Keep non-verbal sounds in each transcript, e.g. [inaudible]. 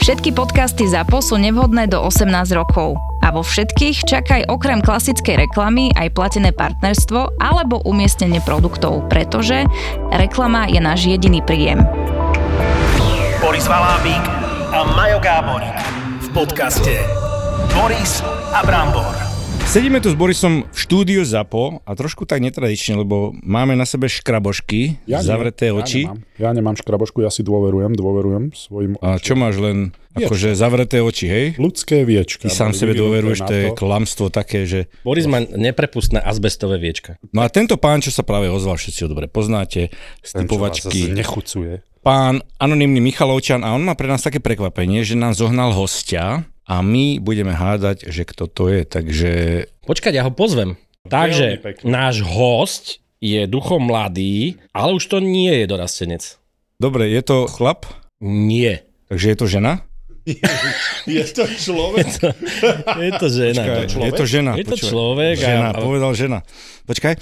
Všetky podcasty ZAPO sú nevhodné do 18 rokov. A vo všetkých čakaj okrem klasickej reklamy aj platené partnerstvo alebo umiestnenie produktov, pretože reklama je náš jediný príjem. Boris Valábík a Majo Gáborík v podcaste Boris a Brambor. Sedíme tu s Borisom v štúdiu ZAPO a trošku tak netradične, lebo máme na sebe škrabošky, nie, zavreté oči. Ja nemám, ja nemám škrabošku, ja si dôverujem, dôverujem svojim... A čo máš len akože zavreté oči, hej? Ľudské viečka. Ty sám boli sebe vyvinuté dôveruješ, na to je klamstvo také, že... Boris má neprepustné azbestové viečka. No a tento pán, čo sa práve ozval, všetci ho dobre poznáte, Ten, čo vás stypovačky. znechucuje. Pán anonimný Michalovčan a on má pre nás také prekvapenie, že nám zohnal hostia a my budeme hádať, že kto to je, takže... Počkať, ja ho pozvem. Takže náš host je duchom mladý, ale už to nie je dorastenec. Dobre, je to chlap? Nie. Takže je to žena? Je to žena. Počkaj, je to žena. Je to počúvaj. človek a- Žena, a- povedal žena. Počkaj,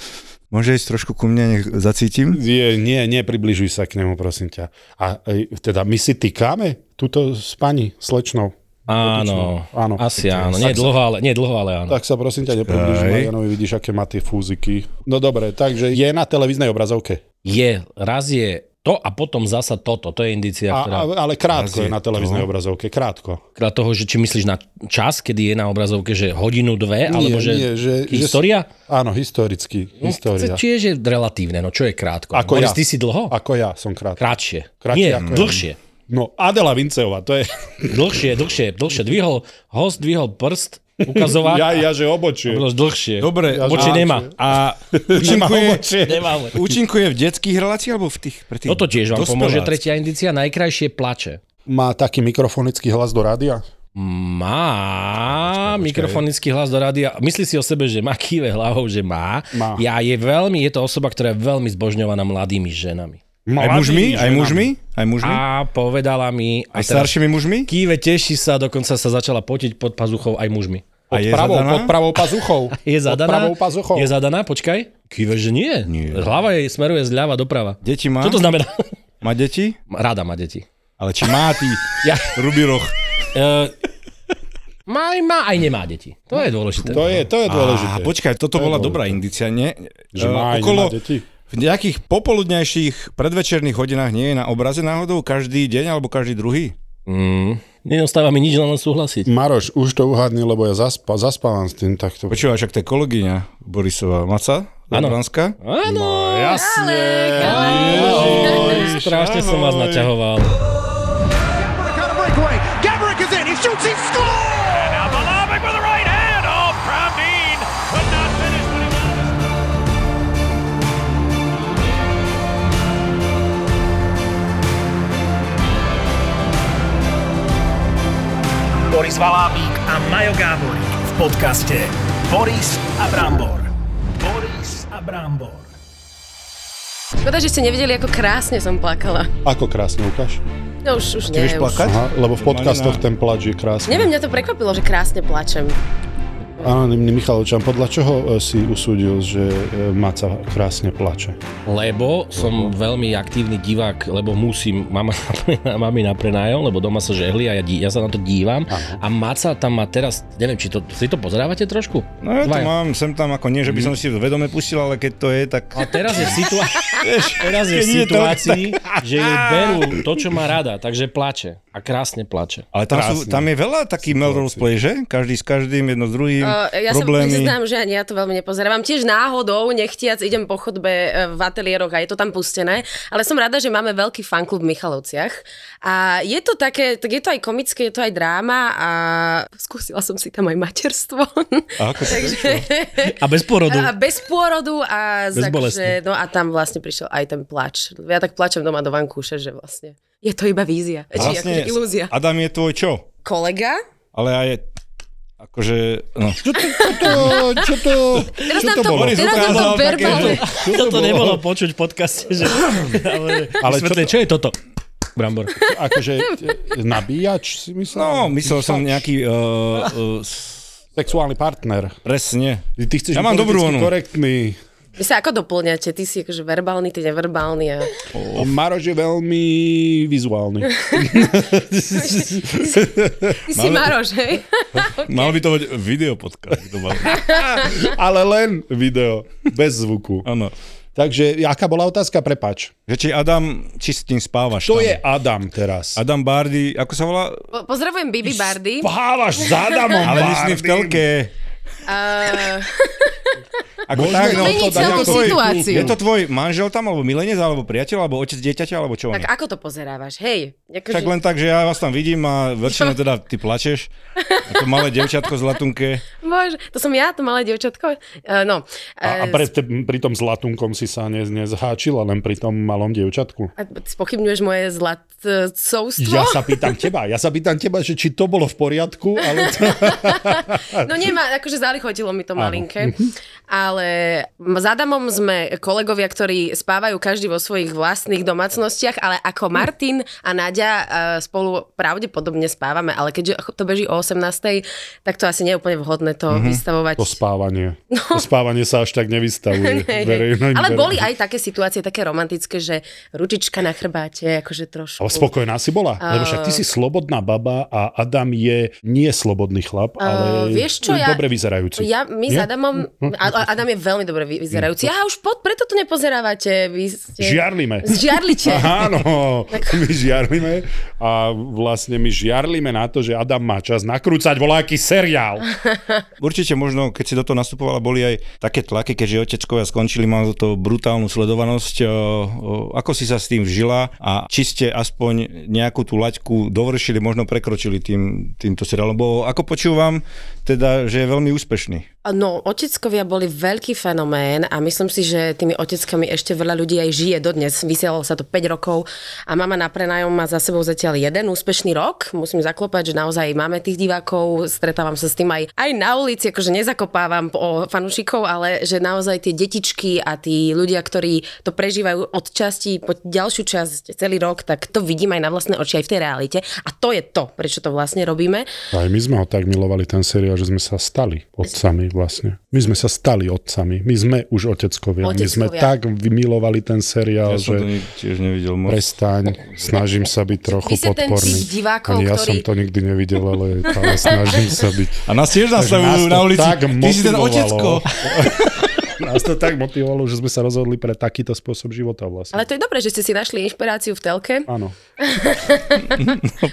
môže ísť trošku ku mne, nech zacítim? [laughs] Je, nie, nepribližuj sa k nemu, prosím ťa. A e, teda my si týkame túto s pani slečnou. Áno, Áno. asi áno. Nie dlho, ale, nie dlho, ale áno. Tak sa prosím ťa nepribližuj, Čakaj. Marianovi vidíš, aké má tie fúziky. No dobre, takže je na televíznej obrazovke. Je, raz je to a potom zasa toto. To je indícia, A, ktorá, a, ale Raz krátko je je na televíznej obrazovke, krátko. ktorá toho, že či myslíš na čas, kedy je na obrazovke, že hodinu, dve, alebo že, nie, že- že- história? Áno, historicky, No, história. Čiže je relatívne, no čo je krátko? Ako Boris, ja. ty si dlho? Ako ja som krátko. Krátšie. Kratšie nie, ako ja. dlhšie. No, Adela Vinceová, to je... Dlhšie, dlhšie, dlhšie. Dvihol, host dvihol prst, [laughs] ukazoval. Ja, ja, že obočie. Bolo dlhšie. Dobre, Ja Oči že- [laughs] nemá. A Nemá účinkuje, obočie. [laughs] Nemáme. účinkuje v detských reláciách alebo v tých pre tých Toto tiež vám pomôže. dospeláckých? Tretia indícia, najkrajšie plače. Má taký mikrofonický hlas do rádia? Má mikrofonický hlas do rádia. Myslí si o sebe, že má kýve hlavou, že má. Má. Ja je veľmi, je to osoba, ktorá je veľmi zbožňovaná mladými ženami. Aj mužmi, aj mužmi, aj mužmi, A povedala mi... aj teraz staršími mužmi. Kýve teší sa, dokonca sa začala potiť pod pazuchou aj mužmi. A je Pravou, zadaná? pod pravou [laughs] pazuchou. Je Pod zadaná? pravou pazuchou. Je zadaná? Počkaj. Kýve, že nie. nie. Hlava jej smeruje zľava doprava. Deti má? Čo to znamená? Má deti? [laughs] Rada má deti. Ale či má ty? [laughs] Ja, Rubiroch. [laughs] uh, má, aj- má aj nemá deti. To je dôležité. to je, to je dôležité. A počkaj, toto bola dobrá indícia, nie? E, Že má aj okolo, nemá deti? V nejakých popoludnejších predvečerných hodinách nie je na obraze náhodou každý deň alebo každý druhý? Mm. Nenostáva mi nič, len súhlasiť. Maroš, už to uhadni, lebo ja zaspa, zaspávam s tým takto. Počúvaj, však to je kolegyňa Borisová Maca, Áno. Dobranská. Áno, Jasne. Ahoj, strašne som vás naťahoval. Now Valábek with the right hand. Oh, Pravdín could not finish what he wanted. Boris Valábík a Majo Gáborík v podcaste Boris a Brambor. Boris a Brambor. Škoda, že ste nevideli, ako krásne som plakala. Ako krásne, ukáž. No už, už nie. Vieš Už. plakať? Aha, lebo v podcastoch ten plač je krásny. Neviem, mňa to prekvapilo, že krásne plačem. Hm, Anonimný Michalovčan, podľa čoho e, si usúdil, že e, Maca krásne plače? Lebo som veľmi aktívny divák, lebo musím, mama, [laughs] mami na prenájom, lebo doma sa žehli a ja, dí- ja sa na to dívam. A Maca tam má teraz, neviem, či to, si to pozerávate trošku? No ja to Dvaja. mám sem tam, ako nie, že by som si to vedome pustil, ale keď to je, tak... A teraz je v, situa- teraz je v keď je to- situácii, že jej berú to, čo má rada, takže plače. A krásne plače. Ale tam, sú, Krásne. tam je veľa takých Melrose Play, že? Každý s každým, jedno s druhým, Uh, ja sa problémy. priznám, že ani ja to veľmi nepozerám. Tiež náhodou, nechtiac, idem po chodbe e, v ateliéroch a je to tam pustené. Ale som rada, že máme veľký fanklub v Michalovciach. A je to také, tak je to aj komické, je to aj dráma a skúsila som si tam aj materstvo. A ako to [laughs] Takže... A bez porodu. A bez pôrodu a, Bez za- bolesti. že- no a tam vlastne prišiel aj ten plač. Ja tak plačem doma do vankúše, že vlastne je Vlastne- to iba vízia. Či akože ilúzia. Adam je tvoj čo? Kolega? Ale aj je... akože, no. Čo to, čo to, No, čo to, [laughs] Teraz čo nám to to- bolo? Boris teraz nám to ukázal také, verbálne. že- Toto nebolo počuť v podcaste, že... Ale, Ale čo vysvetli, čo, je toto? Brambor. Akože e, nabíjač si myslel? No, myslel som Nabíjač. nejaký, uh, uh, Sexuálny partner. presne. Ty chceš Ja byť mám dobrú politicky onu. korektný. Vy sa ako doplňate? Ty si akože verbálny, ty neverbálny a Maroš je veľmi vizuálny. ty si, ty si Maroš, hej? Mal by to byť videopodcast. to mal. Ale len video, bez zvuku. Áno. Takže, aká bola otázka? Prepač. Že či Adam, či s tým spávaš To tam? je Adam teraz. Adam Bardy, ako sa volá? Po, pozdravujem Bibi Bardy. Spávaš s Adamom, Ale myslím v telke. Uh, Ako Môžeme tak, no, to Meniť to dá- celú je to tvoj- situáciu. Je to tvoj manžel tam, alebo milenec, alebo priateľ, alebo otec dieťaťa, alebo čo on tak je? ako to pozerávaš? Hej, akože, Však len tak, že ja vás tam vidím a väčšinou teda ty plačeš. Ako malé devčatko z latunke. bože, to som ja, to malé dievčatko. Uh, no, A, a eh, pre, te, pri tom zlatunkom si sa ne, nezháčila, len pri tom malom dievčatku. a spochybňuješ moje zlatcovstvo? Ja sa pýtam teba, ja sa pýtam teba, že či to bolo v poriadku, ale to... No nemá, akože zalichotilo mi to malinké. Mhm. Ale m- s Adamom sme kolegovia, ktorí spávajú každý vo svojich vlastných domácnostiach, Mhm. ale ako Martin a Nadia eh, spolu pravdepodobne spávame, ale keďže to beží o 18. tak to asi nie je úplne vhodné to vystavovať. Mhm. To [laughs] spávanie. To spávanie sa až tak nevystavuje. Hej, hej. verejnej- ale verejnej- boli aj také situácie, také romantické, že ručička na chrbáte, akože trošku. Ale spokojná si bola, lebo však ty si slobodná baba a Adam je nie slobodný chlap, ale vieš čo, ja- dobre vyzerajúci. Ja, my Nie? Hm, s Adamom, a, a- Adam je veľmi dobre vy- vyzerajúci. Ja už pod, preto to nepozerávate. Vy ste... Žiarlime. Žiarlite. Áno, no, [laughs] my žiarlime a vlastne my žiarlime na to, že Adam má čas nakrúcať voláky [laughs] seriál. Určite možno, keď si do toho nastupovala, boli aj také tlaky, keďže oteckovia skončili, mal to brutálnu sledovanosť. O, o, Ako si sa s tým vžila a či ste aspoň nejakú tú laťku dovršili, možno prekročili tým, týmto seriálom? Bo ako počúvam, teda, že je veľmi úspešný. No, oteckovia boli veľký fenomén a myslím si, že tými oteckami ešte veľa ľudí aj žije dodnes. Vysielalo sa to 5 rokov a mama na prenájom má za sebou zatiaľ jeden úspešný rok. Musím zaklopať, že naozaj máme tých divákov, stretávam sa s tým aj, aj na ulici, akože nezakopávam o fanúšikov, ale že naozaj tie detičky a tí ľudia, ktorí to prežívajú od časti po ďalšiu časť celý rok, tak to vidím aj na vlastné oči aj v tej realite a to je to, prečo to vlastne robíme. Aj my sme ho tak milovali, ten seriál, že sme sa stali otcami vlastne. My sme sa stali otcami, my sme už oteckovia. My sme Oteckovia. tak milovali ten Ja seriál, že... som to ni- tiež nevidel moc. Prestaň, snažím sa byť trochu Vy ste ten podporný. typ divákov, Ani ja ktorý- som to nikdy nevidel, ale, ale snažím sa byť. A nás tiež Takže nastavujú nás to na ulici. tak Ty si ten motivovalo. otecko. [laughs] Nás to tak motivovalo, že sme sa rozhodli pre takýto spôsob života vlastne. Ale to je dobré, že ste si našli inšpiráciu v telke. Áno.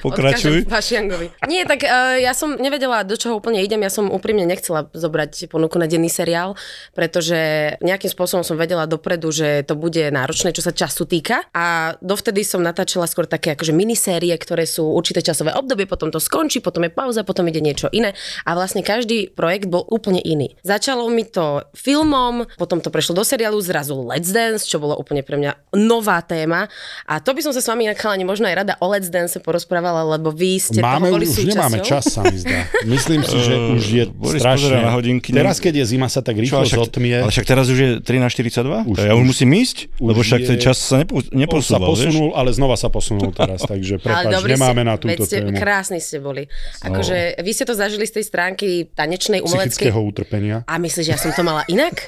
Pokračuj. [laughs] Odkážem Fašiangovi. Nie, tak uh, ja som nevedela, do čoho úplne idem. Ja som úprimne nechcela zobrať ponuku na denný seriál, pretože nejakým spôsobom som vedela dopredu, že to bude náročné, čo sa času týka. A dovtedy som natáčala skôr také akože minisérie, ktoré sú určité časové obdobie, potom to skončí, potom je pauza, potom ide niečo iné. A vlastne každý projekt bol úplne iný. Začalo mi to filmom, potom to prešlo do seriálu, zrazu Let's Dance, čo bolo úplne pre mňa nová téma. A to by som sa s vami inak chalani možno aj rada o Let's Dance porozprávala, lebo vy ste Máme, toho boli už súčasťou. nemáme čas, sa mi zdá. Myslím si, [laughs] že už je Eh, Boris strašne. pozerá na hodinky. Teraz, keď je zima, sa tak Čo, rýchlo ale, však, zotmie. ale však teraz už je 13.42? Už- Už, ja už už- musím ísť? už Lebo však ten je- čas sa nepo, On sa neposúval, vieš? posunul, ale znova sa posunul [laughs] teraz, takže prepáč, dobrý nemáme ste, na túto veď ste, tému No. Krásni ste boli. Akože vy ste to zažili z tej stránky tanečnej, umeleckej. psychického utrpenia. A myslíš, že ja som to mala [laughs] inak?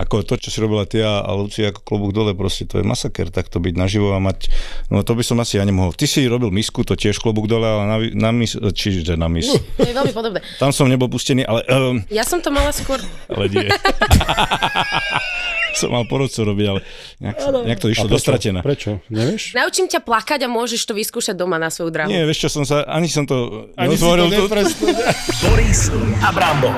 Ako to, čo si robila ty a, a Lucia ako klobúk dole, proste to je masaker, tak to byť naživo a mať, no to by som asi ja nemohol. Ty si robil misku, to tiež klobúk dole, ale na, vi- na mis, čiže na mis. To je veľmi podobné. Tam som nebol pustený, ale, um, Ja som to mala skôr... ale [laughs] nie. som mal porodcu robiť, ale nejak, nejak to išlo dostratená. Prečo? Nevieš? Naučím ťa plakať a môžeš to vyskúšať doma na svoju dráhu. Nie, vieš čo, som sa, ani som to Ani si to neotvoril. tu- [laughs] neprestúpil. Boris a Brambor.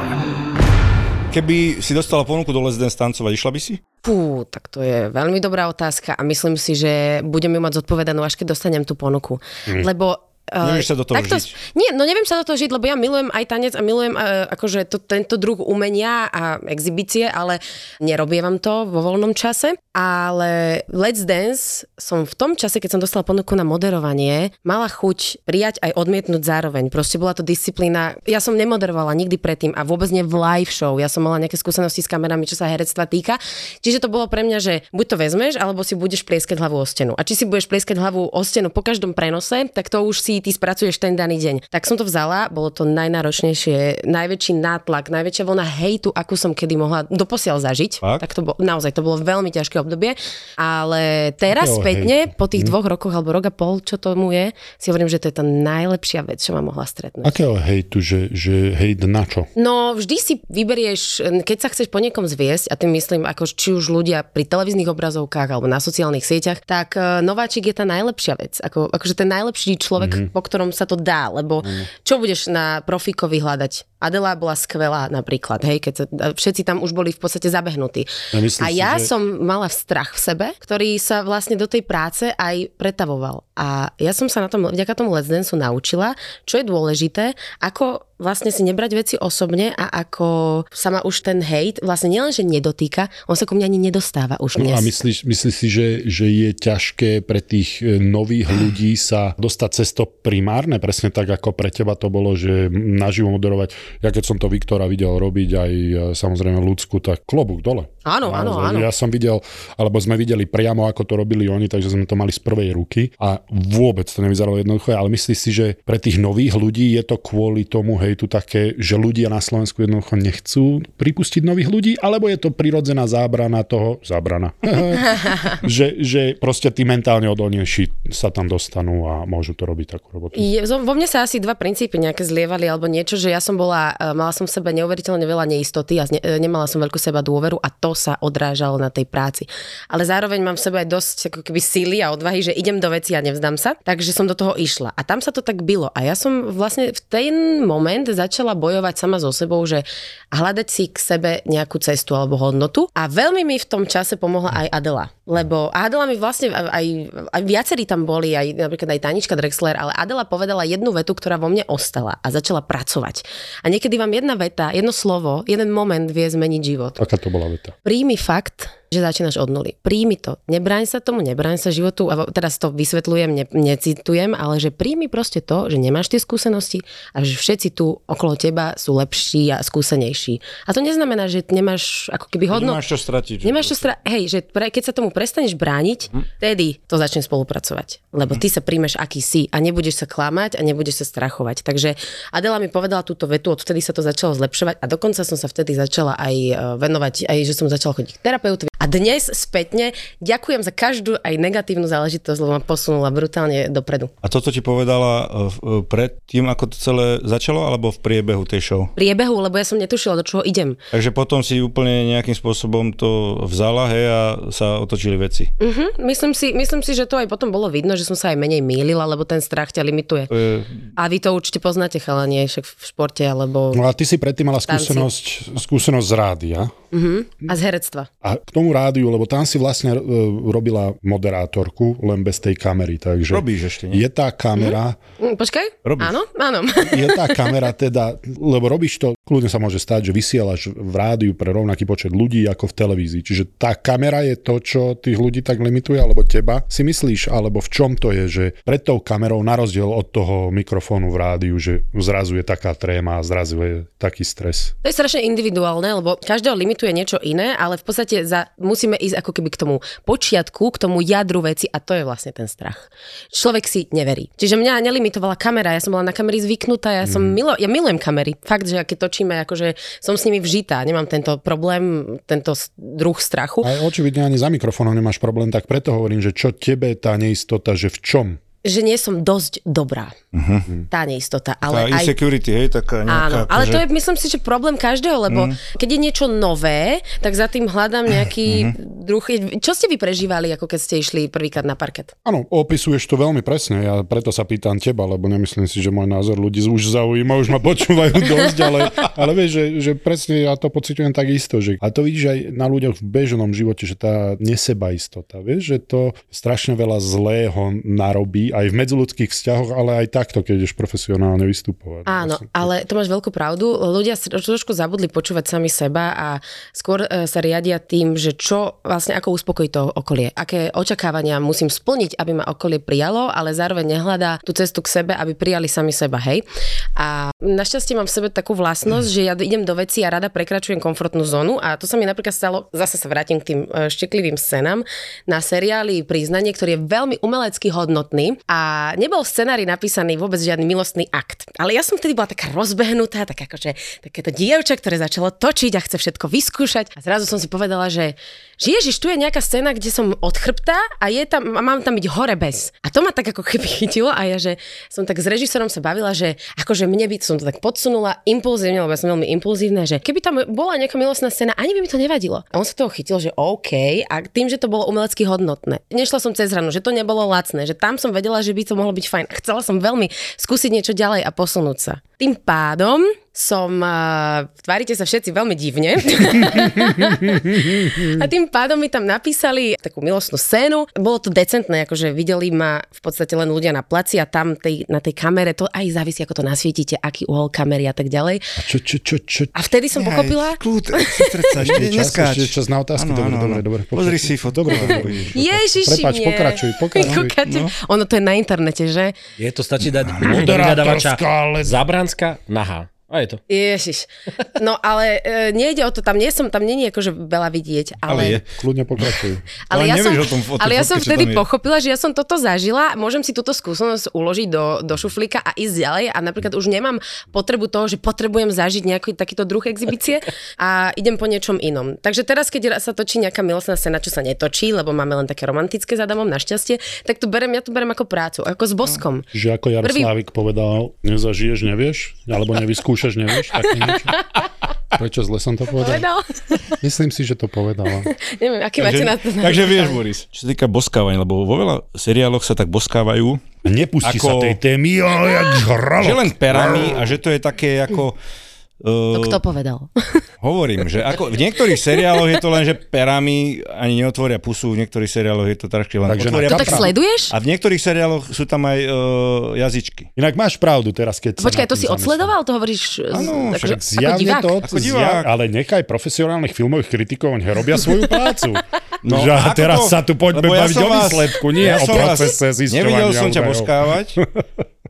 Keby si dostala ponuku do Let's Dance tancovať, išla by si? Pú, tak to je veľmi dobrá otázka a myslím si, že budem ju mať zodpovedanú, až keď dostanem tú ponuku. Lebo eh, Hm. Nevieš sa do toho takto, žiť. Nie, no neviem sa do toho žiť, lebo ja milujem aj tanec a milujem uh, akože to, tento druh umenia a exibície, ale nerobievam to vo voľnom čase. A ale Let's Dance som v tom čase, keď som dostala ponuku na moderovanie, mala chuť prijať aj odmietnúť zároveň. Proste bola to disciplína. Ja som nemoderovala nikdy predtým a vôbec nie v live show. Ja som mala nejaké skúsenosti s kamerami, čo sa herectva týka. Čiže to bolo pre mňa, že buď to vezmeš, alebo si budeš plieskať hlavu o stenu. A či si budeš plieskať hlavu o stenu po každom prenose, tak to už si ty spracuješ ten daný deň. Tak som to vzala, bolo to najnáročnejšie, najväčší nátlak, najväčšia vlna hejtu, akú som kedy mohla doposiaľ zažiť. Fakt? Tak to bolo, naozaj, to bolo veľmi ťažké obdobie, ale teraz Takého Mhm. spätne, po tých dvoch rokoch alebo rok a pol, čo tomu je, si hovorím, že to je tá najlepšia vec, čo ma mohla stretnúť. Akého hejtu, že, že hejt na čo? No, vždy si vyberieš, keď sa chceš po niekom zviesť, a tým myslím, ako či už ľudia pri televíznych obrazovkách alebo na sociálnych sieťach, tak eh, nováčik je tá najlepšia vec. Ako, akože ten najlepší človek, Mhm. mm-hmm. po ktorom sa to dá, lebo mm-hmm. čo budeš na profíkovi hľadať? Adela bola skvelá napríklad, hej, keď sa, všetci tam už boli v podstate zabehnutí. Ja myslím a si, ja že- som mala strach v sebe, ktorý sa vlastne do tej práce aj pretavoval. A ja som sa na tom, vďaka tomu Let's Danceu naučila, čo je dôležité, ako vlastne si nebrať veci osobne a ako sa ma už ten hejt vlastne nielenže nedotýka, on sa ku mne ani nedostáva už No dnes. a myslíš, myslíš si, že, že je ťažké pre tých e, nových ľudí sa dostať cez to primárne, presne tak ako pre teba to bolo, že naživo moderovať. Ja keď som to Viktora videl robiť aj e, samozrejme ľudskú, tak klobúk dole. Áno, áno, Naozaj. áno. Ja som videl, alebo sme videli priamo, ako to robili oni, takže sme to mali z prvej ruky a vôbec to nevyzeralo jednoduché, ale myslíš si, že pre tých nových ľudí je to kvôli tomu hejtu také, že ľudia na Slovensku jednoducho nechcú pripustiť nových ľudí, alebo je to prirodzená zábrana toho, zábrana, [laughs] že, že proste tí mentálne odolnejší sa tam dostanú a môžu to robiť takú robotu. Je, zo- vo mne sa asi dva princípy nejaké zlievali alebo niečo, že ja som bola, e, mala som v sebe neuveriteľne veľa neistoty a zne, e, nemala som veľkú seba dôveru a to sa odrážalo na tej práci. Ale zároveň mám v sebe aj dosť ako keby síly a odvahy, že idem do veci a nevzdám sa, takže som do toho išla. A tam sa to tak bylo. A ja som vlastne v ten moment začala bojovať sama so sebou, že hľadať si k sebe nejakú cestu alebo hodnotu. A veľmi mi v tom čase pomohla aj Adela. Lebo Adela mi vlastne aj, aj, aj viacerí tam boli, aj napríklad aj Tanička Drexler, ale Adela povedala jednu vetu, ktorá vo mne ostala a začala pracovať. A niekedy vám jedna veta, jedno slovo, jeden moment vie zmeniť život. Taká to bola veta. Príjmi fakt, že začínaš od nuly. Príjmi to. Nebráň sa tomu, nebráň sa životu. A teraz to vysvetľujem, ne, necitujem, ale že príjmi proste to, že nemáš tie skúsenosti a že všetci tu okolo teba sú lepší a skúsenejší. A to neznamená, že nemáš ako keby hodnotu. Nemáš čo stratiť. že Nemáš čo stra... Hej, že pre, keď sa tomu prestaneš brániť, vtedy to začne spolupracovať. Lebo ty sa príjmeš, aký si a nebudeš sa klamať a nebudeš sa strachovať. Takže Adela mi povedala túto vetu, odvtedy sa to začalo zlepšovať a dokonca som sa vtedy začala aj e, venovať, aj že som začala chodiť k terapeutovi. A dnes spätne ďakujem za každú aj negatívnu záležitosť, lebo ma posunula brutálne dopredu. A toto ti povedala e, v- e, pred tým, ako to celé začalo, alebo v priebehu tej show? Priebehu, lebo ja som netušila, do čoho idem. Takže potom si úplne nejakým spôsobom to vzala, hej, a sa otočili veci. Mhm, myslím, si, myslím si, že to aj potom bolo vidno, že som sa aj menej mýlila, lebo ten strach ťa limituje. To E, je A vy to určite poznáte, chalanie, však v športe alebo No a ty si predtým mala Tanci. skúsenosť, skúsenosť z rádia. a z herectva. A k tomu rádiu, lebo tam si vlastne e, robila moderátorku, len bez tej kamery, takže... Robíš ešte, nie? Je tá kamera, Mm, Počkaj? Robíš. Áno, áno. [laughs] je tá kamera teda, lebo robíš to, kľudne sa môže stať, že vysielaš v rádiu pre rovnaký počet ľudí ako v televízii. Čiže tá kamera je to, čo tých ľudí tak limituje, alebo teba si myslíš, alebo v čom to je, že pred tou kamerou na rozdiel od toho mikrofónu v rádiu, že zrazu je taká tréma, zrazu je taký stres. To je strašne individuálne, lebo každého limituje niečo iné, ale v podstate za, musíme ísť ako keby k tomu počiatku, k tomu jadru veci a to je vlastne ten strach. Človek si neverí. Čiže mňa nelimitovala kamera, ja som bola na kamery zvyknutá, ja Mhm. som milo, ja milujem kamery. Fakt, že keď točíme, akože som s nimi vžitá, nemám tento problém, tento s- druh strachu. A očividne ani za mikrofónom nemáš problém, tak preto hovorím, že čo tebe tá neistota, že v čom? Že nie som dosť dobrá. Tá neistota, Mhm. tá ale aj insecurity, hej, taká Mhm. Áno, nejaká... akože- ale to je, myslím si, že problém každého, lebo mm. keď je niečo nové, tak za tým hľadám Mhm. nejaký druh. Čo ste vy prežívali, ako keď ste išli prvýkrát na parket? Áno, opisuješ to veľmi presne, ja preto sa pýtam teba, lebo nemyslím si, že môj názor ľudí už zaujíma, už ma počúvajú dosť, ale, ale vieš, že, že presne ja to pociťujem tak isto. Že, a to vidíš aj na ľuďoch v bežnom živote, že tá nesebaistota, vieš, že to strašne veľa zlého narobí, aj v medziludských vzťahoch, ale aj takto, keď ideš profesionálne vystupovať. Áno, ale to máš veľkú pravdu. Ľudia si trošku zabudli počúvať sami seba a skôr e, sa riadia tým, že čo, a vlastne ako uspokojiť to okolie. Aké očakávania musím splniť, aby ma okolie prijalo, ale zároveň nehľadá tú cestu k sebe, aby prijali sami seba, hej. A našťastie mám v sebe takú vlastnosť, že ja idem do veci a rada prekračujem komfortnú zónu a to sa mi napríklad stalo, zase sa vrátim k tým e, šteklivým scénam, na seriáli Priznanie, ktorý je veľmi umelecky hodnotný a nebol v scenári napísaný vôbec žiadny milostný akt. Ale ja som vtedy bola taká rozbehnutá, tak akože takéto dievča, ktoré začalo točiť a chce všetko vyskúšať a zrazu som si povedala, že že ježiš, tu je nejaká scéna, kde som od chrbta a, je tam, a mám tam byť hore bez. A to ma tak ako [laughs] keby chytilo a ja, že som tak s režisérom sa bavila, že akože mne by som to tak podsunula impulzívne, lebo ja som veľmi impulzívna, že keby tam bola nejaká milostná scéna, ani by mi to nevadilo. A on sa toho chytil, že OK, a tým, že to bolo umelecky hodnotné. Nešla som cez hranu, že to nebolo lacné, že tam som vedela, že by to mohlo byť fajn. A chcela som veľmi skúsiť niečo ďalej a posunúť sa. Tým pádom som, uh, tvárite sa všetci veľmi divne, [laughs] a tým pádom mi tam napísali takú milostnú scénu. Bolo to decentné, akože videli ma v podstate len ľudia na placi a tam tej, na tej kamere to aj závisí, ako to nasvietíte, aký uhol kamery a tak ďalej. Čo, čo, čo, čo? A vtedy som [laughs] pochopila, Kľud, sústreď sa, Ešte je čas, neskáč. ešte je čas na otázky. Áno, Dobre, áno, dobre, áno. dobre. pokračuj. Pozri si fotografiu. Dobre, dobre. Ježiši, Prepáč, nie. pokračuj, pokračuj. Kúkate, no. Ono to je na internete, že? Je to, stačí dať Moderátorská, moderátorská, ale- Zabranská, nahá. A je to. Ježiš. No ale e, nejde o to, tam nie som, tam není akože veľa vidieť, ale... Ale je. Kľudne pokračuj. [laughs] Ale, Ale ja som, nevieš o tom- o tej ale ja fotke, som čo vtedy tam je. pochopila, že ja som toto zažila, môžem si túto skúsenosť uložiť do, do šuflíka a ísť ďalej a napríklad už nemám potrebu toho, že potrebujem zažiť nejaký takýto druh exibície a idem po niečom inom. Takže teraz, keď sa točí nejaká milostná scéna, čo sa netočí, lebo máme len také romantické za domom, našťastie, tak to berem, ja to berem ako prácu, ako s boskom. No, Že ako Jaroslávik povedal, nezažiješ, nevieš, alebo nevyskúšaš, nevieš, tak niečo. Prečo zle som to povedal? Povedal? Myslím si, že to povedala. No, Neviem, aký máte na to. takže vieš, Boris. Čo sa týka boskávania, lebo vo veľa seriáloch sa tak boskávajú, Nepustí sa Ako- tej témy, ale jak žralok. že len perami a že to je také ako... To Uh, kto povedal? hovorím, že ako v niektorých seriáloch je to len, že perami ani neotvoria pusu, v niektorých seriáloch je to trošku len Takže na otvoria To tak pusu. sleduješ? A v niektorých seriáloch sú tam aj uh, jazyčky. Inak máš pravdu teraz, keď sa Počkaj, nad to tým si zamyslím. odsledoval? To hovoríš z- Áno, akože Tak ako zjavne divák? to, Ako divák. ale nechaj profesionálnych filmových kritikov, oni robia svoju prácu. No, No, že a ako teraz to- sa tu poďme lebo ja baviť som o vás- výsledku, nie ja o som vás- procese zisťovania. Nevidel som ťa údajov. [laughs] boskávať.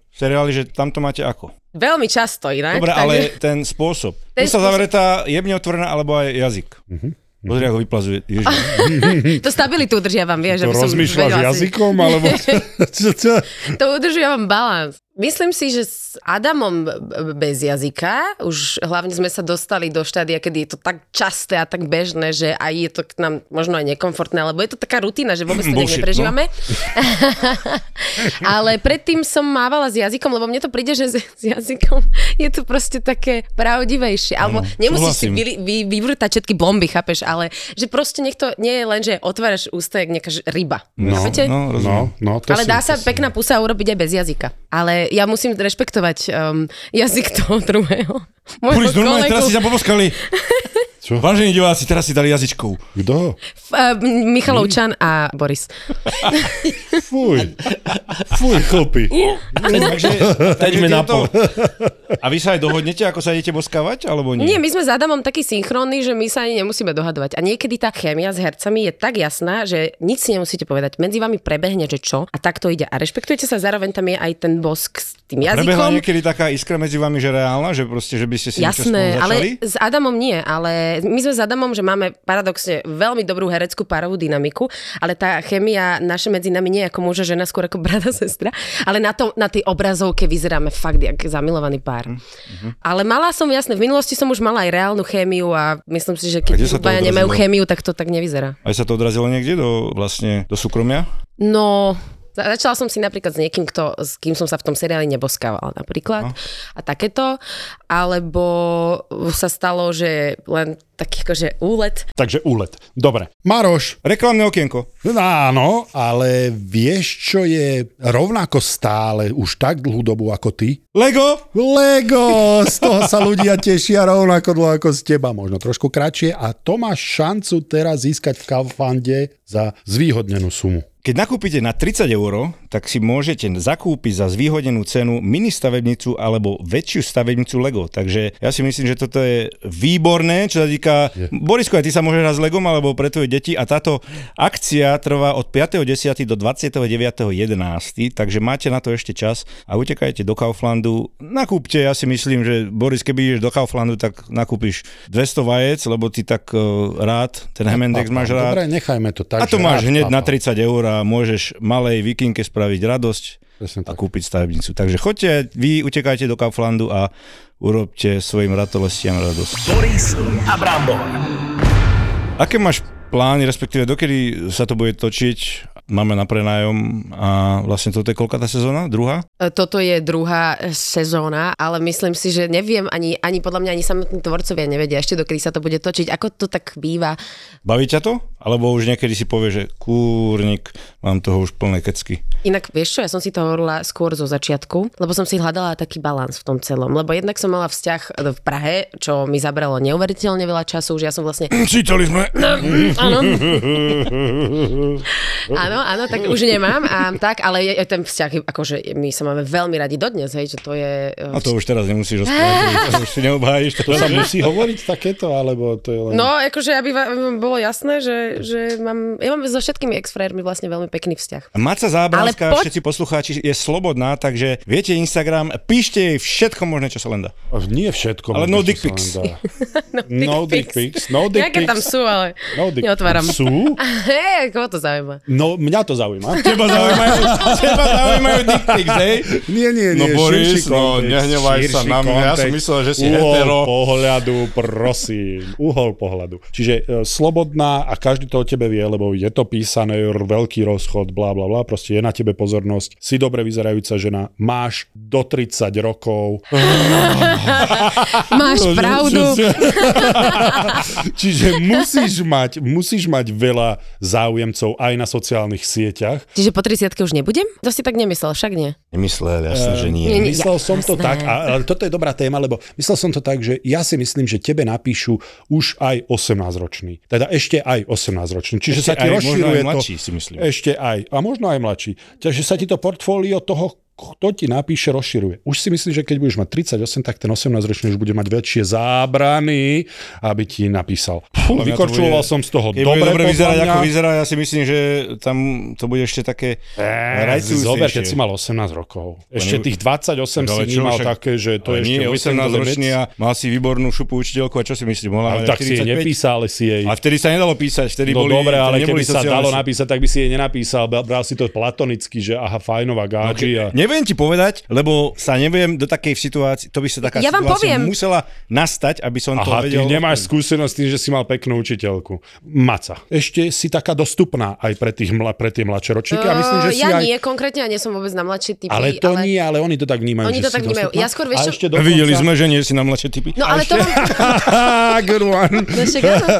V seriáli, že tam to máte ako. Veľmi často inak. Dobre, takže- ale ten spôsob. Ten Ten sa spôsob- zavretá, jemne otvorená, alebo aj jazyk. Mhm, Pozri, ako vyplazuje. Ježiš. Ah, To stabilitu udržiavam, vieš. To aby som rozmýšľaš vedela si- jazykom, alebo... [laughs] čo, čo? To udržiavam balans. Myslím si, že s Adamom b- b- bez jazyka, už hlavne sme sa dostali do štádia, kedy je to tak časté a tak bežné, že aj je to k nám možno aj nekomfortné, lebo je to taká rutina, že vôbec to nejak Bullshit, no. neprežívame. [laughs] Ale predtým som mávala s jazykom, lebo mne to príde, že s, s jazykom je to proste také pravdivejšie. Alebo nemusíš súhlasím. si vy, vy, vyvrtať všetky bomby, chápeš, ale že proste niekto nie je len, že otváraš ústa jak nejaká ž- ryba. No, chápete? No, no, rozumiem. no, to ale si, dá to sa si- pekná pusa urobiť aj bez jazyka. Ale ja musím rešpektovať um, jazyk toho druhého. [laughs] Boris, Môjho normálne kolegu, teraz si sa poboskali. [laughs] Čo? Vážení diváci, teraz si dali jazyčkou. Kto? F- eh, M- Michalovčan a Boris. Fuj. Fuj, chlpi. [laughs] Takže, Teď sme na pol. A vy sa aj dohodnete, ako sa idete boskávať, alebo nie? Nie, my sme s Adamom takí synchronní, že my sa ani nemusíme dohadovať. A niekedy tá chémia s hercami je tak jasná, že nič si nemusíte povedať. Medzi vami prebehne, že čo a tak to ide. A rešpektujete sa, zároveň tam je aj ten bosk s tým Prebehla jazykom. niekedy taká iskra medzi vami, že reálna, že proste, že by ste si Jasné, niečo spolu začali? ale s Adamom nie, ale my sme s Adamom, že máme paradoxne veľmi dobrú hereckú párovú dynamiku, ale tá chémia naše medzi nami nie je ako muž a žena, skôr ako brat a [laughs] sestra, ale na, tom, na tej obrazovke vyzeráme fakt jak zamilovaný pár. Mhm, Mm-hmm. Ale mala som, jasné, v minulosti som už mala aj reálnu chémiu a myslím si, A že kde keď sa to dvaja nemajú odrazilo? chémiu, tak to tak nevyzerá. Aj sa to odrazilo niekde do, vlastne, do súkromia? No, za- začala som si napríklad s niekým, kto, s kým som sa v tom seriáli neboskávala napríklad no. a takéto, alebo sa stalo, že len taký akože úlet. Takže úlet. Dobre. Maroš, Reklamné okienko. No Áno, ale vieš, čo je rovnako stále už tak dlhú dobu ako ty? Lego! Lego! Z toho sa ľudia tešia rovnako dlho ako z teba, možno trošku kratšie a to máš šancu teraz získať v Kauflande za zvýhodnenú sumu. Keď nakúpite na 30 eur, tak si môžete zakúpiť za zvýhodenú cenu mini stavebnicu alebo väčšiu stavebnicu Lego. Takže ja si myslím, že toto je výborné, čo sa týka... Borisko, aj ty sa môžeš hrať s Legom alebo pre tvoje deti a táto akcia trvá od 5.10. do 29.11. Takže máte na to ešte čas a utekajte do Kauflandu. Nakúpte, ja si myslím, že Boris, keby ideš do Kauflandu, tak nakúpiš 200 vajec, lebo ty tak eh, rád, ten Hemendex máš rád. Dobre, nechajme to tak. A to že máš rád hneď na papám. 30 eur a môžeš malej vikinke spraviť radosť Presne a tak. kúpiť stavebnicu. Takže choďte, vy utekajte do Kauflandu a urobte svojim ratolestiam radosť. Boris a Brambor. Aké máš plány, respektíve dokedy sa to bude točiť? Máme na prenájom a vlastne toto je koľka tá sezóna? Druhá? E, Toto je druhá e, sezóna, ale myslím si, že neviem, ani, ani podľa mňa ani samotní tvorcovia nevedia ešte, dokedy sa to bude točiť. Ako to tak býva? Baví ťa to? Alebo už niekedy si povie, že kúrnik, mám toho už plné kecky. Inak vieš čo, ja som si to hovorila skôr zo začiatku, lebo som si hľadala taký balans v tom celom. Lebo jednak som mala vzťah e, v Prahe, čo mi zabralo neuveriteľne veľa času, už ja som vlastne Čítali sme. Mm-hmm. [laughs] Áno. áno, áno, tak už nemám. A, tak, ale je, je ten vzťah, akože my sa máme veľmi radi dodnes, hej, že to je... e, A to už teraz nemusíš rozprávať, to už si neobhájíš. To sa musí hovoriť takéto, alebo to je len... No, akože aby vám bolo jasné, že, že mám, ja mám so všetkými ex vlastne veľmi pekný vzťah. Maca Zábranská, Ale poď- všetci poslucháči, je slobodná, takže viete Instagram, píšte jej všetko možné, čo sa len dá. Nie všetko. Ale možno, no čo dick sa len pics. dá. No dick pics. No dick Nejaké tam pics. sú, ale No dick neotváram. pics. Sú? [laughs] Hej, koho to zaujíma? No, mňa to [laughs] zaujíma. Teba zaujímajú, teba zaujímajú dick pics, hej? Nie, nie, No nie. Boris, širší no kontext, nehnevaj sa širší na mňa, ja som kontext. myslel, že si Uhol hetero. pohľadu, prosím. Uhol pohľadu. Čiže e, slobodná a každý to o tebe vie, lebo je to písané, r- veľký rozchod, bla bla bla, proste je na tebe pozornosť. Si dobre vyzerajúca žena, máš do 30 rokov. Máš pravdu. [laughs] [laughs] Čiže musíš mať, musíš mať veľa záujemcov aj na sociálnych sieťach. Čiže po 30 už nebudem? To si tak nemyslel, však nie. Nemyslel, jasne, že nie. Nie, nie, Myslel ja- som to jasné. tak, a, ale toto je dobrá téma, lebo myslel som to tak, že ja si myslím, že tebe napíšu už aj 18-ročný. Teda ešte aj 18-ročný. Čiže Ešte sa ti aj, možno rozširuje aj mladší, to, si myslím. Ešte aj. A možno aj mladší. Takže sa ti to portfólio toho, kto ti napíše, rozširuje. Už si myslím, že keď budeš mať 38, tak ten 18-ročný už bude mať väčšie zábrany, aby ti napísal. Fú, Podľa mňa to vykorčuloval bude- som z toho Keď dobre, dobre, dobre podľa vyzerať, mňa. ako vyzerá, ja si myslím, že tam to bude ešte také Eh, si rajcúcnejšie. Zober, keď si mal 18 rokov. Ešte ne- tých 28 si Ale čo, nemal však- také, že to Ale je ešte nie, vysoký 18 ročný limit. a mal si výbornú šupu učiteľku a čo si myslíš, mohla Ale mať tak si jej 45? nepísal, ale si jej... A vtedy sa nedalo písať, vtedy boli, No dobre, ale neboli keby sa sociálne dalo siete. napísať, tak by si jej nenapísal. Bra- Bral si to platonicky, že aha, fajnová gáči. A... Neviem ti povedať, lebo sa neviem do takej situácii, to by sa taká Ja vám situácia poviem. musela nastať, aby som to Aha, ty vedel. nemáš skúsenosť s tým, že si mal peknú učiteľku. Maca. Ešte si taká dostupná aj pre, tých mla, pre tie mladšie ročníky. a myslím, že si Eh, aj... ja nie, konkrétne ja nie som vôbec na mladšie typy. ale to nie, ale oni to tak vnímajú. Oni že to si tak vnímajú. dostupná. Ja skôr vieš A čo- ešte dokonca... No Videli sme, že nie si na mladšie typy. No ale to mám... [laughs] Good one. No, však áno.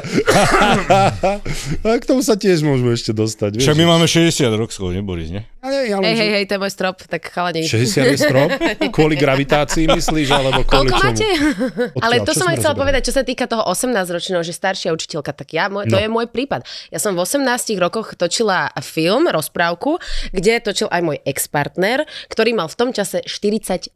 [laughs] A k tomu sa tiež môžeme ešte dostať. Vieš? Však my máme 60 rokov, ne Boris, ne? Ja neviem, ale hej, že- hej, hej, to je môj strop, tak chalani. 60 je [laughs] strop? Kvôli gravitácii myslíš, alebo kvôli Koľko čomu? máte? Odkiaľ, Ale to čo som aj sme chcela rozoberali? povedať, čo sa týka toho 18-ročného, že staršia učiteľka, tak ja, môj, to No. je môj prípad. Ja som v 18 rokoch točila film, rozprávku, kde točil aj môj ex-partner, ktorý mal v tom čase 45.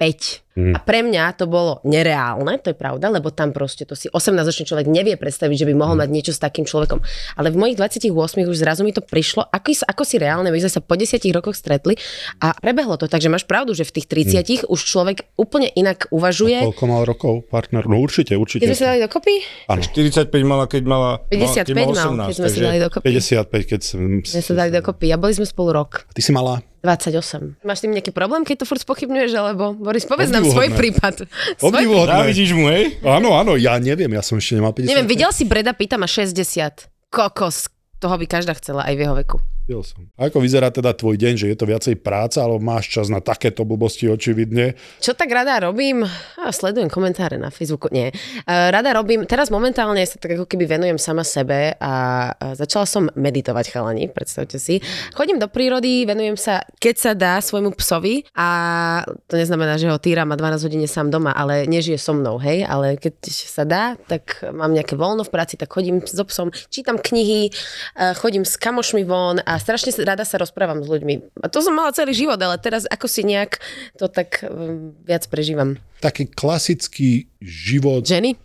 Mm. A pre mňa to bolo nereálne, to je pravda, lebo tam proste to si 18-ročný človek nevie predstaviť, že by Mm. mohol mať niečo s takým človekom. Ale v mojich 28 už zrazu mi to prišlo, ako, si- ako si reálne, my sme sa po 10 rokoch stretli a prebehlo to. Takže máš pravdu, že v tých 30 už človek úplne inak uvažuje. Mm. Koľko mal rokov partner? No určite, určite. Keď sme sa dali dokopy? 45 mala, keď mala... 55 keď mala 18, mal, keď sme sa takže- dali dokopy. 55, keď som... Sme sa dali dokopy a boli sme spolu rok. Ty si mala... 28. Máš s tým nejaký problém, keď to furt spochybňuješ, alebo Boris, povedz nám svoj Obdivuhodné. prípad. Svoj... Dá, Obdivuhodné. vidíš mu, hej? Áno, áno, ja neviem, ja som ešte nemal 50. Neviem, videl si Breda Pita má 60. Kokos. Toho by každá chcela aj v jeho veku. Videl som. A ako vyzerá teda tvoj deň, že je to viacej práca, alebo máš čas na takéto blbosti očividne? Čo tak rada robím? A sledujem komentáre na Facebooku. Nie. E, Rada robím, teraz momentálne sa tak ako keby venujem sama sebe a a začala som meditovať chalani, predstavte si. Chodím do prírody, venujem sa, keď sa dá, svojmu psovi a to neznamená, že ho týram a 12 hodín je sám doma, ale nežije so mnou, hej, ale keď sa dá, tak mám nejaké voľno v práci, tak chodím so psom, čítam knihy, e, chodím s kamošmi von a a strašne sa- rada sa rozprávam s ľuďmi. A to som mala celý život, ale teraz ako si nejak to tak um, viac prežívam. Taký klasický život Ženy?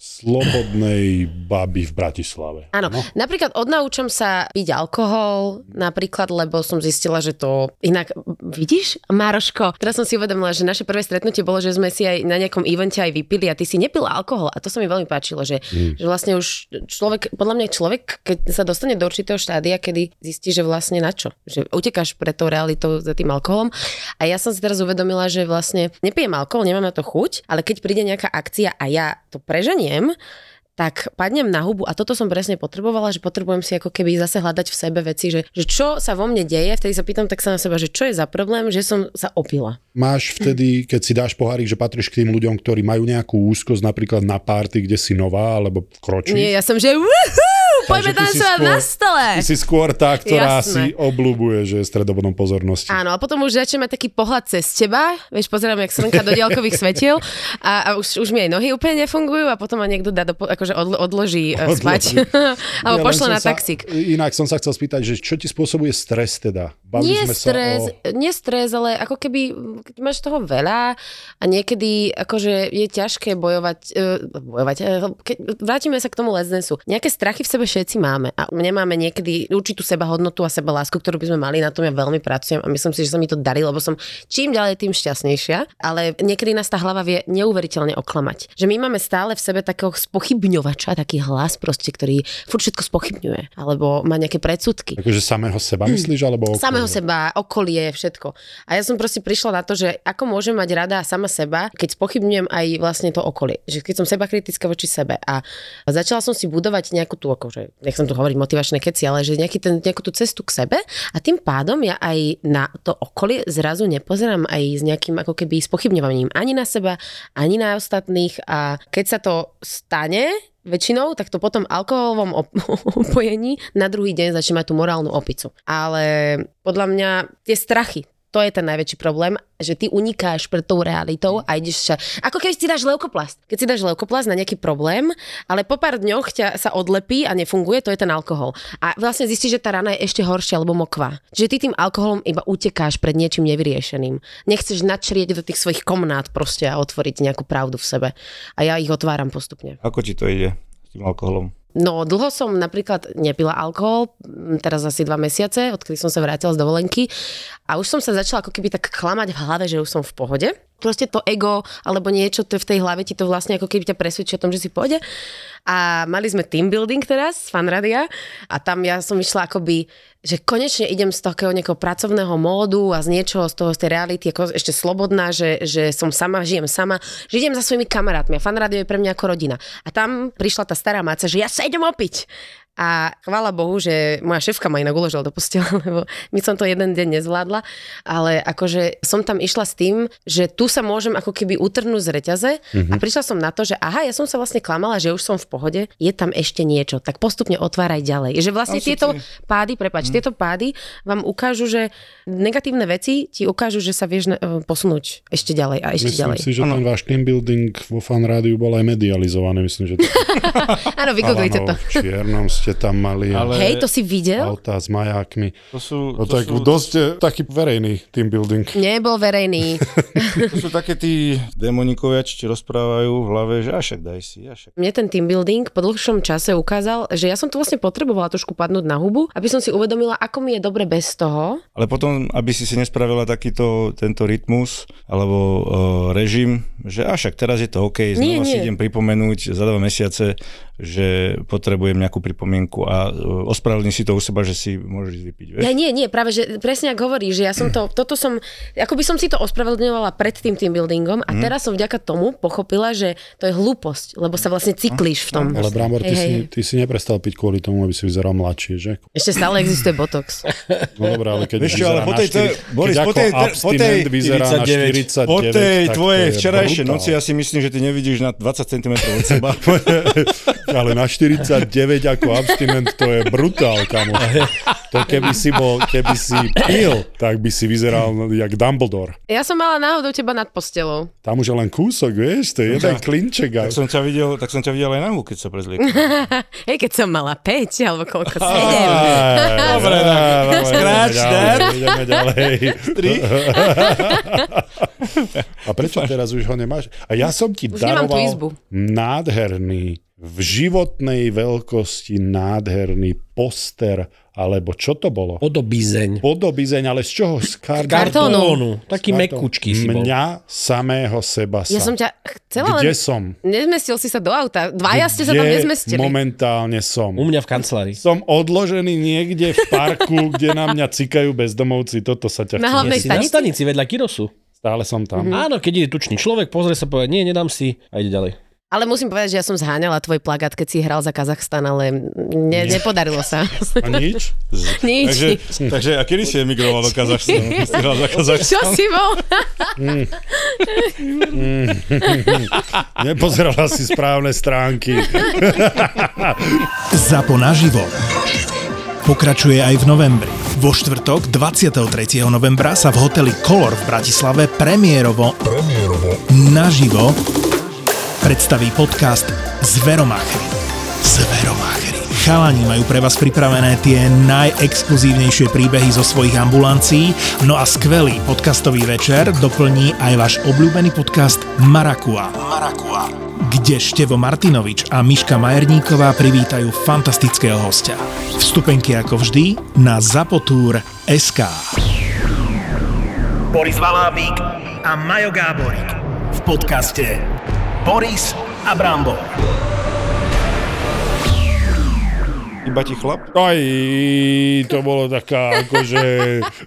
slobodnej baby v Bratislave. Áno, no. napríklad odnaučam sa piť alkohol, napríklad, lebo som zistila, že to inak, vidíš, Maroško, teraz som si uvedomila, že naše prvé stretnutie bolo, že sme si aj na nejakom evente aj vypili a ty si nepil alkohol a to sa mi veľmi páčilo, že, mm. že vlastne už človek, podľa mňa človek, keď sa dostane do určitého štádia, kedy zistí, že vlastne na čo, že utekáš pre tou realitou za tým alkoholom a ja som si teraz uvedomila, že vlastne nepijem alkohol, nemám na to chuť, ale keď príde nejaká akcia a ja to preženiem, tak padnem na hubu a toto som presne potrebovala, že potrebujem si ako keby zase hľadať v sebe veci, že, že čo sa vo mne deje, vtedy sa pýtam tak sa na seba, že čo je za problém, že som sa opila. máš vtedy, keď si dáš pohárik, že patríš k tým ľuďom, ktorí majú nejakú úzkosť, napríklad na párty, kde si nová, alebo kročíš? Nie, ja som že wuhu, Takže poďme ty si tancovať skôr- na stole. Ty si skôr tá, ktorá Jasné. si obľúbuje, že je stredobodom pozornosti. [laughs] Áno, [laughs] a potom už začne mať taký pohľad cez teba, vieš, pozerám, jak slnka do diaľkových svetiel a, a už, už mi aj nohy úplne nefungujú a potom ma niekto dá do, po- akože odlo, odloží, odloží Odloží. spať No, [laughs] alebo Ja len pošle som na sa- taxík. Inak som sa chcel spýtať, že čo ti spôsobuje stres teda? Bavili nie sme stres, sa o... nie stres, ale ako keby keď máš toho veľa a niekedy akože je ťažké bojovať, eh, bojovať eh, keď, vrátime sa k tomu Let's Danceu. Nejaké strachy v sebe všetci máme a nemáme niekedy určitú sebahodnotu a sebalásku, ktorú by sme mali, na tom ja veľmi pracujem a myslím si, že sa mi to darí, lebo som čím ďalej tým šťastnejšia, ale niekedy nás tá hlava vie neuveriteľne oklamať. Že my máme stále v sebe takého spochybňovača, taký hlas proste, ktorý furt všetko spochybňuje alebo má nejaké predsudky Akože samého seba myslíš, alebo okolia? Hm. samého seba, okolie, všetko. A ja som proste prišla na to, že ako môžem mať rada sama seba, keď spochybňujem aj vlastne to okolie. Že keď som seba kritická voči sebe a začala som si budovať nejakú tú, akože, nechcem tu hovoriť motivačné keci, ale že nejaký ten, nejakú tú cestu k sebe a tým pádom ja aj na to okolie zrazu nepozerám aj s nejakým ako keby spochybňovaním ani na seba, ani na ostatných a keď sa to stane, väčšinou, tak to potom alkoholovom op- [laughs] opojení na druhý deň začne mať tú morálnu opicu. Ale podľa mňa tie strachy, to je ten najväčší problém, že ty unikáš pred tou realitou a ideš sa... Ako keď si dáš leukoplast. Keď si dáš leukoplast na nejaký problém, ale po pár dňoch ťa sa odlepí a nefunguje, to je ten alkohol. A vlastne zistíš, že tá rana je ešte horšia alebo mokvá. Že ty tým alkoholom iba utekáš pred niečím nevyriešeným. Nechceš načrieť do tých svojich komnát proste a otvoriť nejakú pravdu v sebe. A ja ich otváram postupne. Ako ti to ide s tým alkoholom? No, dlho som napríklad nepila alkohol, m, teraz asi dva mesiace, odkedy som sa vrátila z dovolenky a už som sa začala ako keby tak klamať v hlave, že už som v pohode. Proste to ego alebo niečo to v tej hlave ti to vlastne ako keby ťa presvedčí o tom, že si v pohode. A mali sme team building teraz z fanradia a tam ja som išla akoby, že konečne idem z takého nejakého pracovného módu a z niečoho, z toho, z tej reality, ako ešte slobodná, že, že som sama, žijem sama, že idem za svojimi kamarátmi a fanrádio je pre mňa ako rodina. A tam prišla tá stará máca, že ja sa idem opiť. A chvála Bohu, že moja šéfka ma inak uložila do postela, [laughs] lebo my som to jeden deň nezvládla, ale akože som tam išla s tým, že tu sa môžem ako keby utrhnúť z reťaze mm-hmm. a prišla som na to, že aha, ja som sa vlastne klamala, že už som v pohode, je tam ešte niečo, tak postupne otváraj ďalej. Že vlastne Tam sú tieto tie- Hm. pády, prepač, mm. tieto pády vám ukážu, že negatívne veci ti ukážu, že sa vieš na- eh, posunúť ešte ďalej a ešte Myslím ďalej. si, že ten váš team building vo fan rádiu bol aj medializovaný. Myslím, že [laughs] to Áno, vygooglite to. chalanov v čiernom ste tam mali ale... Ale- Hej, to si videl? auta s majákmi. To sú, No to tak sú, dosť eh, taký verejný team building. Nebol verejný. to sú také tí démonikovia, čo ti rozprávajú v hlave, že a však daj si, a však. Mne ten team building po dlhšom čase ukázal, že ja som to vlastne potrebovala trošku padnúť na hubu, aby som si uvedomila, ako mi je dobre bez toho. Ale potom, aby si si nespravila takýto tento rytmus alebo uh, režim, že a však teraz je to OK, znova Nie, nie, nie. si nie. idem pripomenúť za dva mesiace, že potrebujem nejakú pripomienku a uh, ospravedlní si to u seba, že si môžeš vypiť. Hm. Vieš? Ja nie, nie, práve že presne ak hovoríš, že ja som to, toto som, ako by som si to ospravedlňovala pred tým team buildingom Hm. a teraz som vďaka tomu pochopila, že to je hlúposť, lebo sa vlastne cyklíš v tom. Hm. Ale Brambor, ty, Hej, si, hej, hej. ty si neprestal piť kvôli tomu, aby si vyzeral mladšie, že? Ešte stále existuje botox. No dobré, ale keď Vieš čo, ale po tej, to, tvoje- Boris, po tej, po tej, 49, vyzerá na 49, po tej tak to tvojej je včerajšej brutál. [laughs] noci ja si myslím, že ty nevidíš na 20 cm od seba. ale na 49 ako abstinent, to je brutál, kamo. To keby si bol, keby si pil, tak by si vyzeral jak Dumbledore. [laughs] Ja som mala náhodou teba nad postelou. Tam už je len kúsok, vieš, to je jeden No. klinček. A... Tak som ťa videl, tak som ťa videl aj na hú, keď sa prezliekol. Hej, keď som mala 5 alebo koľko 7. Dobre, tak. Scratch that. Ideme ďalej. [laughs] A prečo teraz už ho nemáš? A ja som ti Už nemám tú daroval izbu. nádherný, v životnej veľkosti nádherný poster, alebo čo to bolo? Podobizeň. Podobizeň, ale z čoho? Z kar- Kartónu. Taký mekučký si bol. Mňa samého seba sa. [laughs] Ja som ťa chcela Kde len... som? Nezmestil si sa do auta. Dvaja ste sa tam Kde nezmestili. momentálne som? U mňa v kancelárii. Som odložený niekde v [laughs] parku, kde na mňa cikajú bezdomovci. Toto sa ťa chcem. Na hlavnej Mhm. Si na stanici. stanici vedľa Kirosu. Stále som tam. Áno, keď ide tučný človek, pozrie sa povedať, nie, nedám si a ide ďalej. Ale musím povedať, že ja som zháňala tvoj plagát, keď si hral za Kazachstan, ale ne, nepodarilo [laughs] sa. A nič? Nič. Takže, [laughs] takže a kedy si emigroval do Kazachstanu? Si hral za Kazachstan. Čo si bol? Nepozerala si správne stránky. ZAPO naživo. Pokračuje aj v novembri. Vo štvrtok 23. novembra sa v hoteli Color v Bratislave premiérovo, premiérovo. naživo predstaví podcast Zveromáchry. Zveromáchry. Chalani majú pre vás pripravené tie najexkluzívnejšie príbehy zo svojich ambulancií, no a skvelý podcastový večer doplní aj váš obľúbený podcast Marakua. Marakua. Kde Števo Martinovič a Miška Majerníková privítajú fantastického hostia. Vstupenky ako vždy na zapotur.sk Boris Valábík a Majo Gáborík v podcaste Boris a Brambor. Iba ti chlap? Aj, to bolo taká, akože...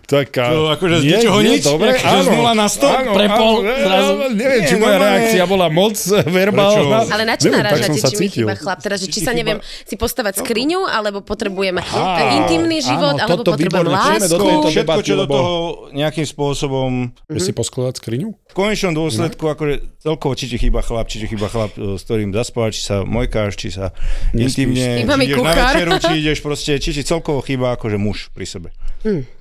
Taká, To akože z ničoho nič? Dobre, Jak, že z nula na sto? Prepol zrazu. neviem, Nie, či moja normálne. reakcia bola moc verbálna. Prečo? Ale na čo Neviem, tak som narážate, sa či mi cítil. chýba chlap? Teda, Či že či ti sa chýba- neviem si postavať skriňu, alebo potrebujem Á, intimný áno, život, alebo toto potrebujem výborne. Príjme do lásku. tejto Všetko, debaty, čo do lebo- toho nejakým spôsobom Vieš Mhm. si poskladať skriňu? V konečnom dôsledku, akože celkovo, či ti chýba chlap, či ti chýba chlap, e, s ktorým zaspávaš, či sa mojkáš, či sa intimne, Chýba mi či ideš na kuchár. večeru, či ideš proste, či ti celkovo chýba akože muž pri sebe.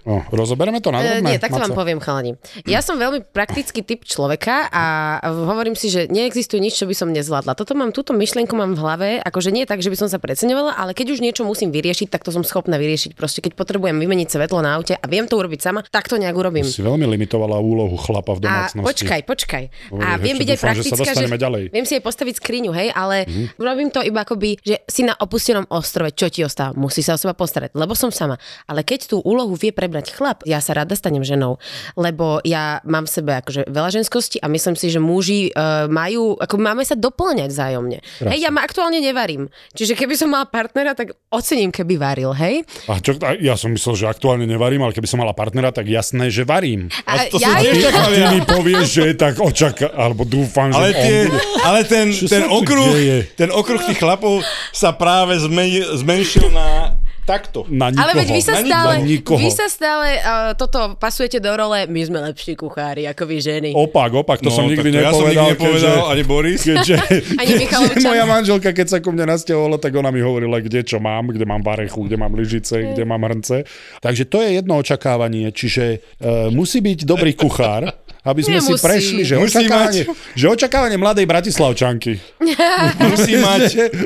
O, rozobereme No, to na E, drobné, nie, tak to vám Maco? poviem, chalani. Ja som veľmi praktický typ človeka a hovorím si, že neexistuje nič, čo by som nezvládla. Toto mám, túto myšlienku mám v hlave, akože nie tak, že by som sa preceňovala, ale keď už niečo musím vyriešiť, tak to som schopná vyriešiť. Proste keď potrebujem vymeniť svetlo na aute a viem to urobiť sama, tak to nejak urobím. Si veľmi limitovala úlohu chlapa v A domácnosti. počkaj, počkaj. Hovorí, A hej, viem čo byť dúfam, aj že sa praktická, že, dostaneme ďalej. Mhm. viem si aj postaviť skriňu, hej, ale robím to iba akoby, že si na opustenom ostrove, čo ti ostáva, musí sa o seba postarať, lebo som sama. Ale keď tú úlohu vie prebrať chlap, ja sa rada stanem ženou, lebo ja mám v sebe akože veľa ženskosti a myslím si, že muži uh, majú, ako máme sa doplňať vzájomne. Hej, ja ma aktuálne nevarím. Čiže keby som mala partnera, tak ocením, keby varil, hej. A čo, a ja som myslel, že aktuálne nevarím, ale keby som mala partnera, tak jasné, že varím. A, to som tiež Ty, tak- a ty mi povieš, že tak očaká, alebo dúfam, že Ale, on tie, bude. ale ten, Čo ten, sa tu okruh, deje? ten okruh tých chlapov sa práve zmen, zmenšil na takto. Na nikoho. Ale veď vy sa Na nikoho. stále, Na nikoho. vy sa stále uh, toto pasujete do role, my sme lepší kuchári ako vy ženy. Opak, opak, to som nikdy No, tak to nepovedal. ja som nikdy keďže- nepovedal, ani Boris. Keďže, [laughs] Ani Michalovičan. keďže moja manželka, keď sa ku mne nasťahovala, tak ona mi hovorila, kde čo mám, kde mám varechu, kde mám lyžice, kde mám hrnce. Takže to je jedno očakávanie, čiže e, musí byť dobrý kuchár, aby sme Nemusí. si prešli, že Musí očakávanie, že očakávanie mladej Bratislavčanky. [laughs] Musí mať,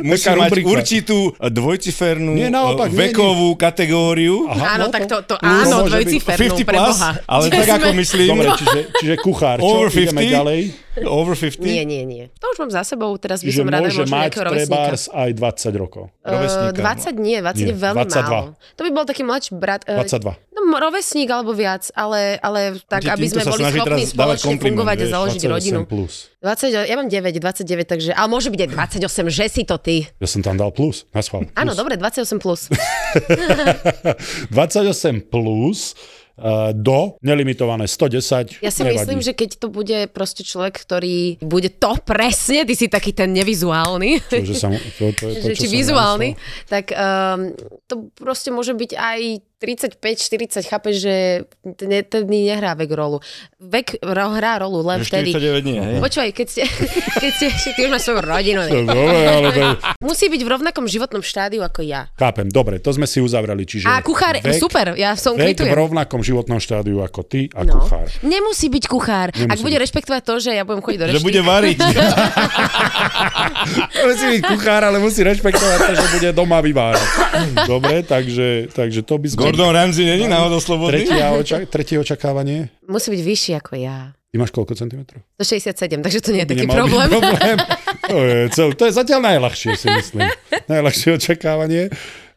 musí Taká mať rubrika. určitú dvojcifernú Nie, e, naopak, nie, nie. vekovú kategórriu. no áno, tak to, to to môže áno, byť dvojcifernú, 50 pre plus, Boha. ale Že tak ako sme- myslím. Dobre, čiže, čiže kuchár, čo, Over ideme 50? ďalej. Over 50? Nie, nie, nie. To už mám za sebou, teraz by Že som rada môže možno mať nejakého rovesníka. trebárs aj 20 rokov. Eh, Rovesníka. no. 20 nie, 20 je Nie, veľmi 22. málo. To by bol taký mladší brat. eh, 22. No, m- rovesník alebo viac, ale, ale tak, Ti aby týmto sme sa boli snaží schopní teraz dávať spoločne kompliment, fungovať a vieš, založiť 28 rodinu. plus. 20, ja mám 9, 29, takže, ale môže byť aj 28, že si to ty. Ja som tam dal plus, na schvál. Áno, Plus. dobre, 28 plus. 28 plus eh, do nelimitované 110. Ja si nevadí. myslím, že keď to bude proste človek, ktorý bude to presne, ty si taký ten nevizuálny, [laughs] Čo, že sa mu, to, to, je to, že čo či som ja vizuálny, tak um, to proste môže byť aj 30 35-40, chápeš, že ten, ten nehrá vek rolu. Vek ro- hrá rolu len vtedy. 49 dní, hej? Počúvaj, keď ste, [laughs] keď ste, ty už máš svoju rodinu. ne? Dobre, ale to... Musí byť v rovnakom životnom štádiu ako ja. Chápem, dobre, to sme si uzavreli. Čiže A kuchár, super, ja som vek v kvitujem. rovnakom životnom štádiu ako ty a no. kuchár. Nemusí byť kuchár. Nemusí Ak Nemusí bude byť. rešpektovať to, že ja budem chodiť do Že rešty. bude variť. [laughs] Musí byť kuchár, ale musí rešpektovať to, že bude doma vyvárať. Dobre, takže, takže to by sme... Gordon Ramsay No, není náhodou slobodný? tretia oča- tretie očakávanie. Musí byť vyšší ako ja. Ty máš koľko centimetrov? To 67, takže to nie je By taký nemal byť [laughs] problém. problém. To, je cel, to je zatiaľ najľahšie, si myslím. Najľahšie očakávanie.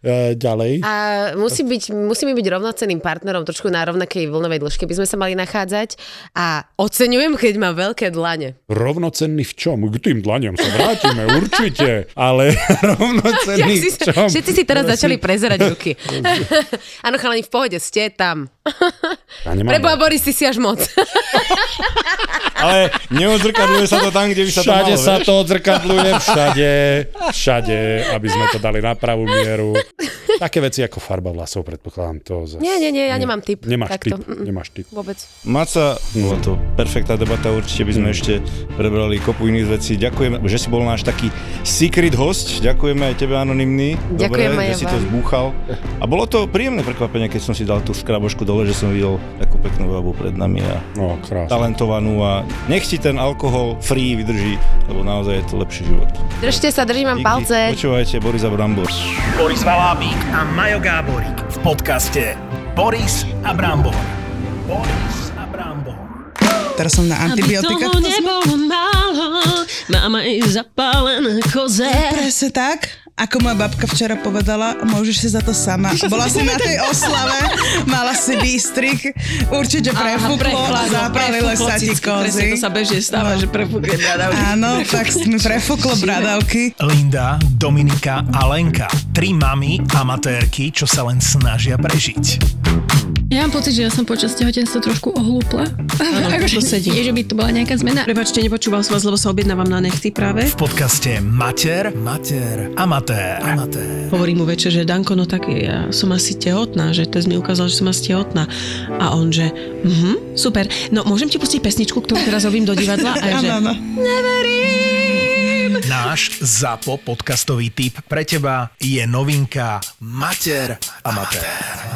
E, ďalej. A musí byť, musíme byť rovnocenným partnerom, trošku na rovnakej vlnovej dĺžke by sme sa mali nachádzať. A oceňujem, keď má veľké [laughs] dlane. Rovnocenný v čom? K tým dlaniam sa vrátime, určite. Ale [laughs] Jak rovnocenný si, v čom? všetci si teraz začali prezerať ruky. [laughs] Áno, chalani, v pohode, ste tam. Ja nemám Preboha, rád. Boris, ty si až moc. [laughs] Ale neodzrkadluje sa to tam, kde by sa to malo. Všade sa vieš? to odzrkadľuje, všade, všade, aby sme to dali na pravú mieru. Také veci ako farba vlasov, predpokladám to. Zase. Nie, nie, nie, ja nemám typ. Nemáš Takto, typ, mm, mm. nemáš typ. Vôbec. Maca, bola to perfektná debata, určite by sme ešte prebrali kopu iných vecí. Ďakujem, že si bol náš taký secret host, ďakujeme aj tebe anonymný. Ďakujem Dobre, aj že si vám. to zbúchal. A bolo to príjemné prekvapenie, keď som si dal tú škrabošku dole, že som videl takú peknú babu pred nami a No, krásne. talentovanú a nech ti ten alkohol free vydrží, lebo naozaj je to lepší život. Držte sa, držím vám Díky. palce. Počúvajte Borisa Brambor. Boris Valábík a Majo Gáborík v podcaste Boris a Brambor. Boris a Brambor. Teraz som na antibiotika. Toho nebolo málo, mama je zapálená koze. Presne tak, ako moja babka včera povedala, môžeš si za to sama. Bola si na tej oslave, mala si výstrik, určite prefúklo, prefúklo, zapálilo prefúklo sa ti cicky, presne kozy. to sa bežne stáva, že prefúkne bradavky. Áno, tak mi prefúklo bradavky. Linda, Dominika a Lenka. Tri mami amatérky, čo sa len snažia prežiť. Ja mám pocit, že ja som počas tehotenstva trošku ohlúpla. Áno, [laughs] to sedí. Nie, že by to bola nejaká zmena. Prepačte, nepočúval som vás, lebo sa objednávam na nechty práve. V podcaste Mater, Mater, Amatér. Amatér. Hovorím mu večer, že Danko, no tak ja som asi tehotná, že test mi ukázal, že som asi tehotná. A on, že mhm, super, no môžem ti pustiť pesničku, ktorú teraz robím do divadla? A ja, že Áno, áno. Náš ZAPO podcastový tip pre teba je novinka Mater, Amatér.